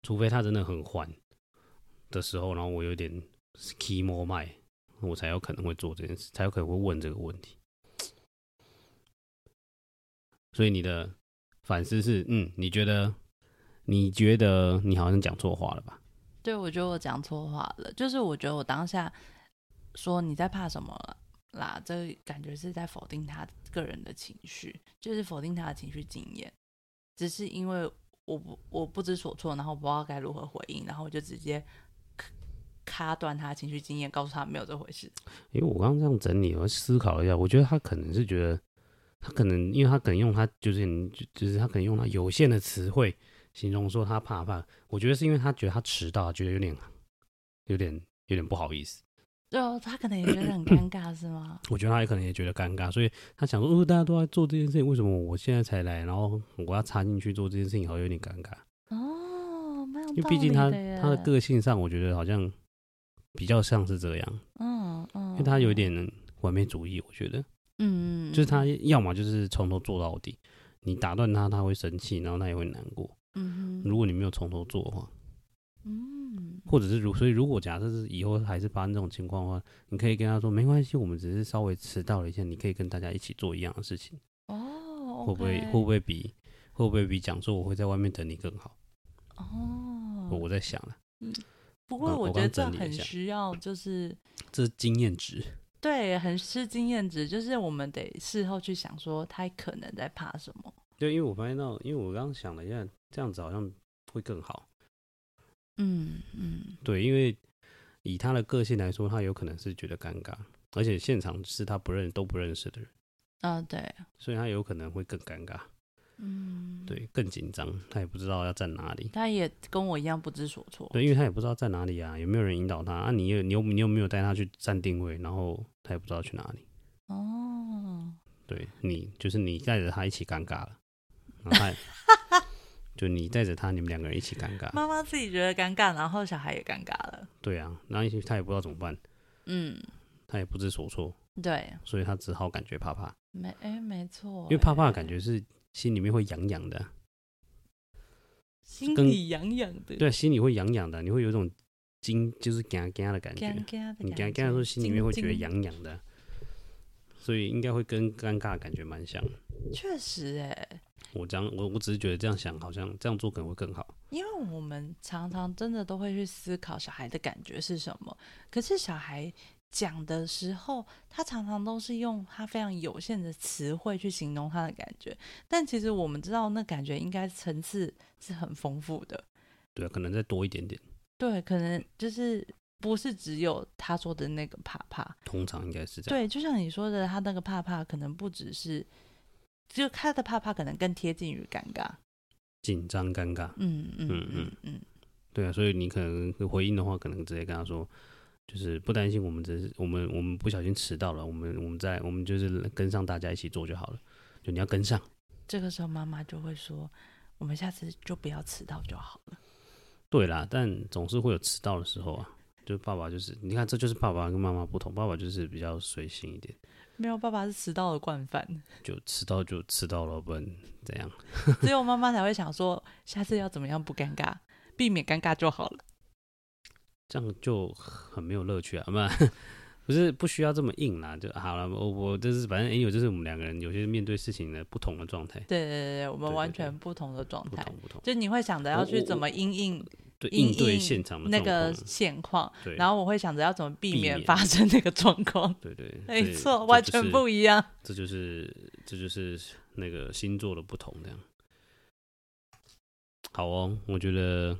除非他真的很缓的时候，然后我有点 key more 卖，我才有可能会做这件事，才有可能会问这个问题。所以你的反思是，嗯，你觉得你觉得你好像讲错话了吧？
对，我觉得我讲错话了，就是我觉得我当下说你在怕什么啦，这感觉是在否定他个人的情绪，就是否定他的情绪经验，只是因为我不我不知所措，然后不知道该如何回应，然后我就直接咔咔断他的情绪经验，告诉他没有这回事。
因为我刚刚这样整理，我思考了一下，我觉得他可能是觉得，他可能因为他可能用他就是你就就是他可能用他有限的词汇形容说他怕怕，我觉得是因为他觉得他迟到，觉得有点有点有点不好意思，
对哦，他可能也觉得很尴尬，是吗？
我觉得他也可能也觉得尴尬，所以他想说，哦，大家都在做这件事情，为什么我现在才来，然后我要插进去做这件事情，好像有点尴尬，
哦，蛮有
因
道
为毕
理
竟他
的耶
他的个性上，我觉得好像比较像是这样，
嗯嗯，
因为他有点完美主义，我觉得。
嗯，嗯
就是他要么就是从头做到底，你打断他，他会生气，然后他也会难过。
嗯
如果你没有从头做的话，
嗯
或者是如所以如果假设是以后还是发生这种情况的话，你可以跟他说没关系，我们只是稍微迟到了一下，你可以跟大家一起做一样的事情，
哦，
会不会会不会比会不会比讲说我会在外面等你更好？
哦，
我在想了，
不过
我刚
我觉得这
整理一
很
下
需要，就是
这是经验值，
对，很是经验值，就是我们得事后去想说他可能在怕什么。
对，因为我发现到，因为我刚刚想了一下，这样子好像会更好。
嗯嗯，
对，因为以他的个性来说，他有可能是觉得尴尬，而且现场是他不认都不认识的人，
啊对，
所以他有可能会更尴尬，
嗯，，
对，更紧张，他也不知道要站哪里，
他也跟我一样不知所措。
对，因为他也不知道站哪里啊，有没有人引导他啊？你有你有你有没有带他去站定位？然后他也不知道去哪里，
哦，
对你就是你带着他一起尴尬了，然后他也就你带着他，你们两个人一起尴尬，
妈妈自己觉得尴尬，然后小孩也尴尬了。
对啊，然后一起他也不知道怎么办，
嗯，
他也不知所措，
对，
所以他只好感觉怕怕。
没哎没错，
因为怕怕的
哎
感觉是心里面会痒痒的，啊
心
跟
里痒痒的，
对，啊心里会痒痒的，你会有一种惊，就是嘎嘎的感觉
尴。尬的，
你嘎嘎的时候，心里面会觉得。痒痒的，所以应该会跟尴尬的感觉蛮像的。
确实哎，
我这样，我我只是觉得这样想，好像这样做可能会更好。
因为我们常常真的都会去思考小孩的感觉是什么，可是小孩讲的时候，他常常都是用他非常有限的词汇去形容他的感觉，但其实我们知道那感觉应该层次是很丰富的，
对啊，可能再多一点点，
对，可能就是不是只有他说的那个怕怕，
通常应该是这样。
对，就像你说的，他那个怕怕可能不只是，就他的怕怕可能更贴近于尴尬。
紧张、尴尬，
嗯嗯
嗯
嗯嗯，
对啊，所以你可能回应的话，可能直接跟他说，就是不担心，我们只是我们我们不小心迟到了，我们我们在我们就是跟上大家一起做就好了。就你要跟上，
这个时候妈妈就会说，我们下次就不要迟到就好了。
对啦，但总是会有迟到的时候啊。就爸爸就是，你看这就是爸爸跟妈妈不同，爸爸就是比较随性一点，
没有爸爸是迟到的惯犯，
就迟到就迟到了，不然怎样？
只有妈妈才会想说下次要怎么样不尴尬，避免尴尬就好了。
这样就很没有乐趣啊！不，不是不需要这么硬啦，就好了。我我就是反正 a 有就是我们两个人有些面对事情的不同的状态，
对对对对，我
对
们
对
完
对
全不同的状
不
态，
同不同，
就你会想着要
我
去
我
怎么因应
对
因
应对
应
现场的
那
状况
个现况，
对，
然
后
后我会想着要怎么避
避
免
免
发生那个状况。
对对，
没
对
错，完全不，一样。
这就是这就是这就是那个星座的不同，这样。好哦，我觉得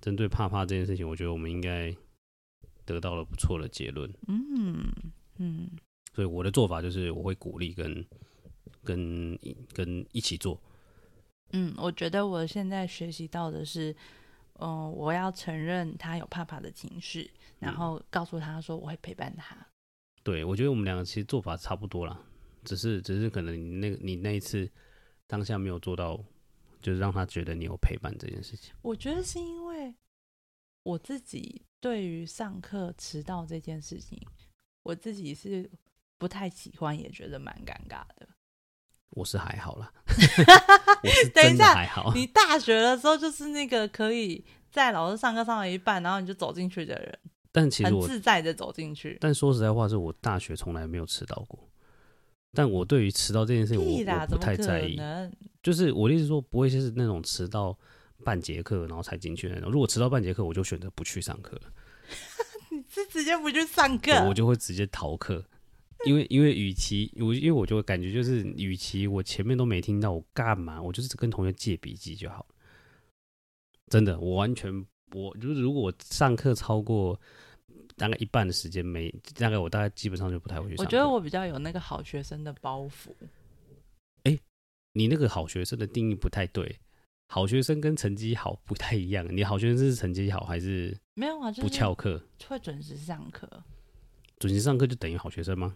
针对怕怕这件事情，我觉得我们应该得到了不错的结论。
嗯嗯，
所以我的做法就是，我会鼓励跟跟跟一起做，
嗯，我觉得我现在学习到的是，嗯、我要承认他有怕怕的情绪，然
嗯
后告诉他说我会陪伴他。
对，我觉得我们两个其实做法差不多啦，只是只是可能你那个你那一次当下没有做到，就是让他觉得你有陪伴这件事情。
我觉得是因为我自己对于上课迟到这件事情，我自己是不太喜欢，也觉得蛮尴尬的。
我是还好啦，我是
等一
真的
下
还好。
你大学的时候就是那个可以在老师上课上到一半，然后你就走进去的人，
但其实
很
我，
自在的走进去。
但说实在话，是我大学从来没有迟到过。但我对于迟到这件事情我，
屁
我
啦，
不
怎么
太
可
在意。
能？
就是我的意思是说，不会是那种迟到半节课然后才进去的那种。如果迟到半节课，我就选择不去上课了。
是直接不去上课？
对我就会直接逃课，因为因为与其我因为我就感觉就是，与其我前面都没听到，我干嘛？我就是跟同学借笔记就好了。真的，我完全我就是如果我上课超过大概一半的时间没，大概我大概基本上就不太会去上
我
课。
觉得我比较有那个好学生的包袱。
你那个好学生的定义不太对。好学生跟成绩好不太一样，你好学生是成绩好还是
没有啊，就
不
是
翘课？
会准时上课。
准时上课就等于好学生吗？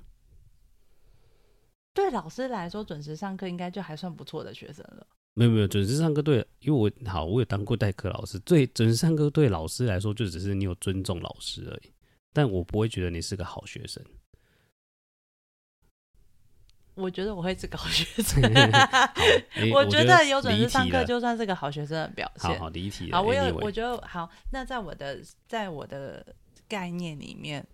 对老师来说，准时上课应该就还算不错的学生了。
没有没有，准时上课对，因为我好，我有当过代课老师，最准时上课对老师来说，就只是你有尊重老师而已，但我不会觉得你是个好学生。
我觉得我会是个好学 生
好，诶
我
我
觉得有准
离
时上
题
课
了
就算是个好学生的表现。
好好离题了。
好我有，
anyway
我觉得好。那在我的在我的概念里面，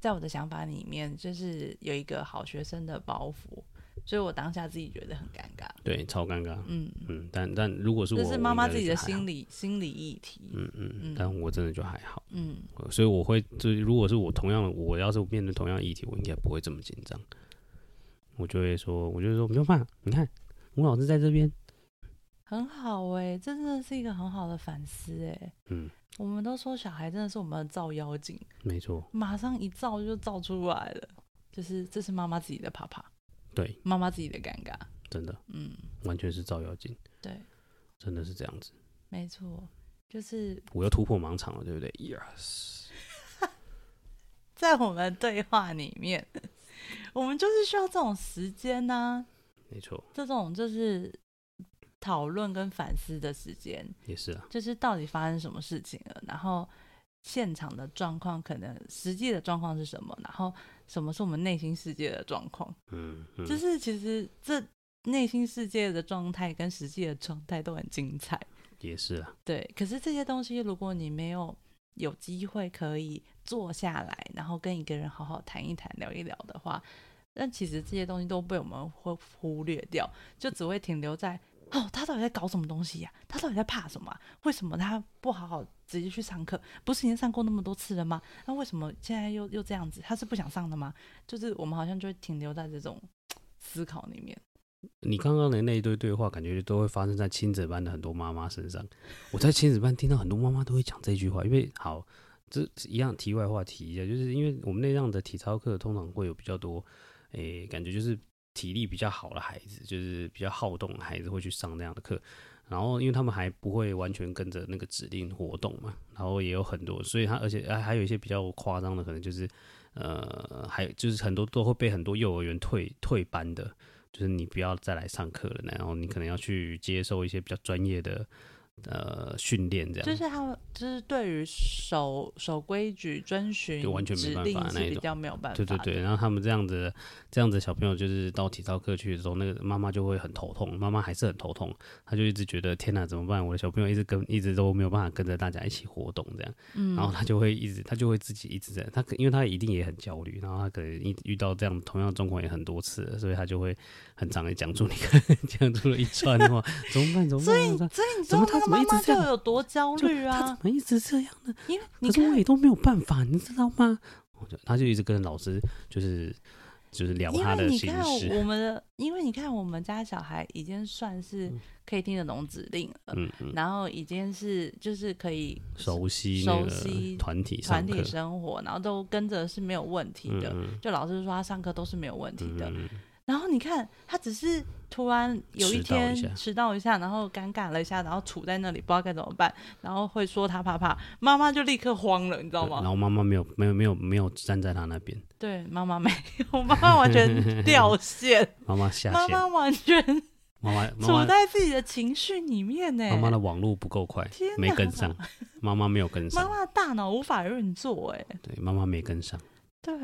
在我的想法里面，就是有一个好学生的包袱，所以我当下自己觉得很尴尬。
对超尴尬，
嗯，
嗯，但但如果是我，
这是妈妈自己的
理，
心理心理议题。
嗯嗯
嗯，
但我真的就还好，
嗯，
所以我会，就是如果是我同样的，我要是面对同样的议题，我应该不会这么紧张，我就会说，我就会说没有办法，你看吴老师在这边，
很好哎、这真的是一个很好的反思哎、
嗯，
我们都说小孩真的是我们的照妖镜，
没错，
马上一照就照出来了。就是这是妈妈自己的怕怕，
对，
妈妈自己的尴尬。
真的
嗯，
完全是照妖镜。
对，
真的是这样子。
没错，就是
我又突破盲场了，对不对？Yes，
在我们对话里面， 我们就是需要这种时间呐、
没错，
这种就是讨论跟反思的时间，
也是啊，
就是到底发生什么事情了，然后现场的状况，可能实际的状况是什么，然后什么是我们内心世界的状况，
嗯，嗯
就是其实这内心世界的状态跟实际的状态都很精彩。
也是啊，
对，可是这些东西，如果你没有有机会可以坐下来，然后跟一个人好好谈一谈、聊一聊的话，那其实这些东西都被我们会忽略掉，就只会停留在哦，他到底在搞什么东西呀、他到底在怕什么啊、为什么他不好好直接去上课？不是已经上过那么多次了吗？那为什么现在又又这样子？他是不想上的吗？就是我们好像就会停留在这种思考里面。
你刚刚的那一堆对话，感觉都会发生在亲子班的很多妈妈身上。我在亲子班听到很多妈妈都会讲这句话，因为好，这一样题外话提一下，就是因为我们那样的体操课通常会有比较多，诶、感觉就是体力比较好的孩子，就是比较好动的孩子会去上那样的课。然后，因为他们还不会完全跟着那个指令活动嘛，然后也有很多，所以他而且啊还还有一些比较夸张的，可能就是呃，还就是很多都会被很多幼儿园退退班的，就是你不要再来上课了，然后你可能要去接受一些比较专业的呃训练这样，
就是他们就是对于守守规矩、遵循
就完全没
指
办
令
法那一
是比
种
较没有办法
对
的。
对对，然后他们这样子，这样子小朋友就是到体操课去的时候，那个妈妈就会很头痛，妈妈还是很头痛，她就一直觉得天哪，怎么办？我的小朋友一直跟一直都没有办法跟着大家一起活动这样，
嗯
然后她就会一直，她就会自己一直在，她可因为她一定也很焦虑，然后她可能一遇到这样同样的状况也很多次了，所以她就会很常地讲出你 讲出了一串话，怎么办？怎么办？怎么办
所以你知
怎
道
么
那
他
个
怎么
妈
一直
妈
这
就
样
有多焦
就
虑
她
啊
怎？么一直这样呢？
因为你
可是我
看，
也都没有办法，你知道吗？我就他就一直跟老师就是就是聊
因
他
为
的
你
心
看
事，
我们的，因为你看我们家小孩已经算是可以听得懂指令了，
嗯嗯，
然后已经是就是可以
熟悉那
熟
个
悉
团体上
团
课
体，生活，然后都跟着是没有问题
嗯
的。
嗯
就老师说他上课都是没有问题的，
嗯，
然后你看，他只是突然有
迟
一
到一
天
下
迟到一下，然后尴尬了一下，然后杵在那里不知道该怎么办，然后会说他怕怕，妈妈就立刻慌了，你知道
对然
吗？
后妈妈没有没有没有没有站在他那边，
对，妈妈没有， 妈妈完全掉 线，
妈妈下
妈
线，
妈完全
妈妈妈
处
妈
在自己的情绪里面呢。
妈妈的网络不够快
天，
没
哪
跟上，妈妈没有跟
妈
上，
妈的大脑无法运作，哎，
对，妈妈没跟上，
对，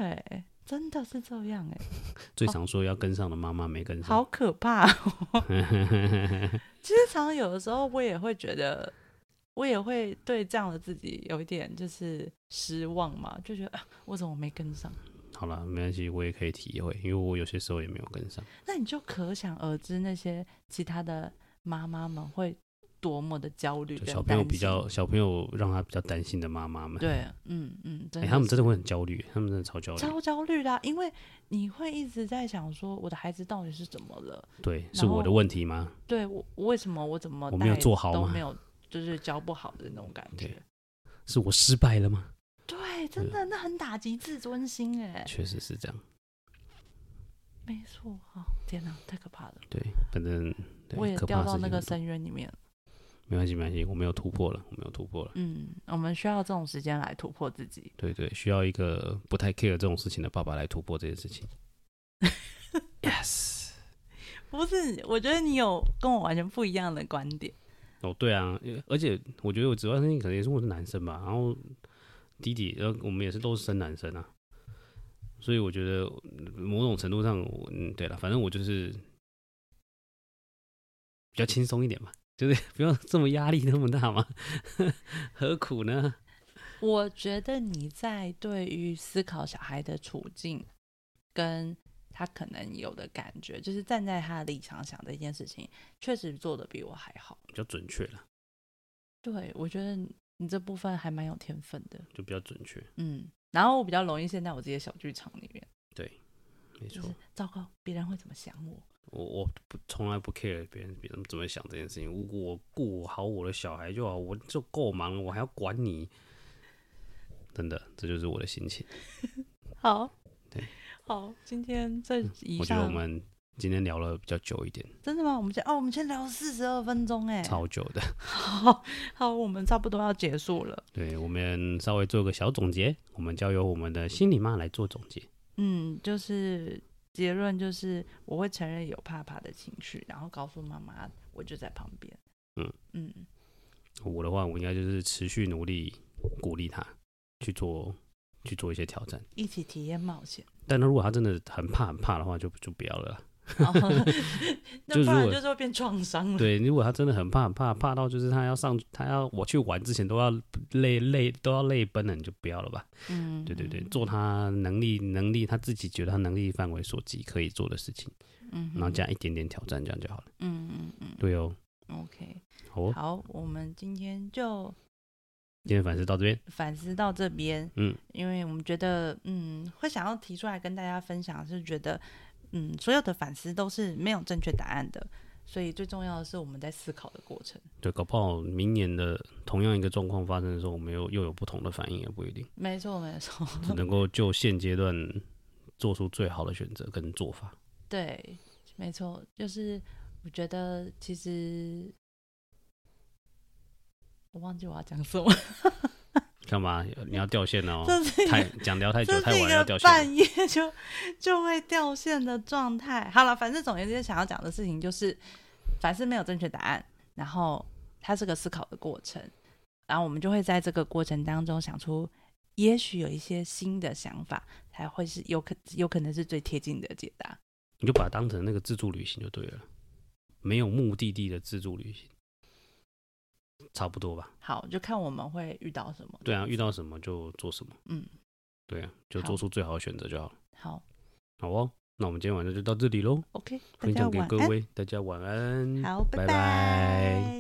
真的是这样，哎，
最常说要跟上的妈妈没跟上，
好可怕、哦。其实常常有的时候，我也会觉得，我也会对这样的自己有一点就是失望嘛，就觉得、啊、我怎么没跟上？
好了，没关系，我也可以体会，因为我有些时候也没有跟上。
那你就可想而知，那些其他的妈妈们会多么的焦虑
就
跟
小朋友
担
比
心
较小朋友让他比较担心的妈妈们，
对，嗯嗯，真
哎、
的
他们
是
真的会很焦虑，他们真的超焦虑，
超焦虑的啊、因为你会一直在想说，我的孩子到底是怎么了？
对，
然
是我的
后
问题吗？
对我我为什么我怎么
我没有
带
做好
都
吗
没有，就是教不好的那种感
对啊
觉。
是我失败了
呃
吗？
对，真的，那很打击自尊心哎。
确实是这样，
没错，哦，天哪，太可怕了！
对，反正
我
对，
也
可怕
掉
的
到
事
那
情
个
很多
深渊里面。
没关系，没关系，我没有突破了，我没有突破了，
嗯，我们需要这种时间来突破自己。
对对，需要一个不太 care 这种事情的爸爸来突破这件事 情。yes，
不是，我觉得你有跟我完全不一样的观点。
哦，对啊，因为而且我觉得我主要原因可能也是我是男生吧，然后弟弟，呃，我们也是都是生男生啊，所以我觉得嗯某种程度上，我嗯，对了，反正我就是比较轻松一点嘛，就是 不要这么压力那么大嘛， 何苦呢？
我觉得你在对于思考小孩的处境，跟他可能有的感觉，就是站在他的立场想这件事情，确实做的比我还好。
比较准确了，
对，我觉得你这部分还蛮有天分的。
就比较准确，
嗯，然后我比较容易陷在我自己的小剧场里面。
没
就
错
是，糟糕，别人会怎么想我？
我我不从来不 care 别人别人怎么想这件事情，我顾好我的小孩就好，我就够忙了，我还要管你。真的，这就是我的心情。
好，
对，嗯
好，今天这以
我觉得我
上
们今天聊了比较久一点，
真的吗？我们先哦，我们先聊四十二分钟哎，
超久的。
好好，我们差不多要结束了。
对，我们稍微做个小总结，我们交由我们的心理妈来做总结。
嗯，就是结论就是我会承认有怕怕的情绪，然后告诉妈妈我就在旁边。
嗯
嗯，
我的话，我应该就是持续努力鼓励他去做去做一些挑战。
一起体验 冒险。
但他如果他真的很怕很怕的话，就就不要了啦。
哦 那
就
不
如
然
果
就是会变创 伤了。
对，如果他真的很怕很怕，怕到就是他要上，他要我去玩之前都要累累都要累崩了，你就不要了吧。
嗯，
对对对，做他能力能力他自己觉得他能力范围所及可以做的事情，
嗯，嗯
然后加一点点挑战，这样就好了。
嗯嗯
对哦，
嗯，OK，
好哦，
好，我们今天就
今天反思到这边，
反思到这边，
嗯，
因为我们觉得，嗯，会想要提出来跟大家分享，是觉得，嗯，所有的反思都是没有正确答案的，所以最重要的是我们在思考的过程。
对，搞不好明年的同样一个状况发生的时候，我们又又有不同的反应也不一定，
没错，没错，
只能够就现阶段做出最好的选择跟做法。
对，没错，就是我觉得其实我忘记我要讲什么，
干嘛？你要掉线了哦，
这是一
太
个
讲聊太久
这
太
是一
晚要
个
掉线了。
半夜 就就会掉线的状态。好了，反正总而言之，想要讲的事情就是，凡事没有正确答案，然后它是个思考的过程，然后我们就会在这个过程当中想出，也许有一些新的想法，才会是有可有可能是最贴近的解答。
你就把它当成那个自助旅行就对了，没有目的地的自助旅行，差不多吧？
好，就看我们会遇到什么。
对啊，遇到什么就做什么，
嗯，
对啊，就
好
做出最好的选择就好了。
好
好哦，那我们今天晚上就到这里喽，
，OK，大
分
家
享给
晚
各
安。
位，大家晚安。
好，
拜拜
拜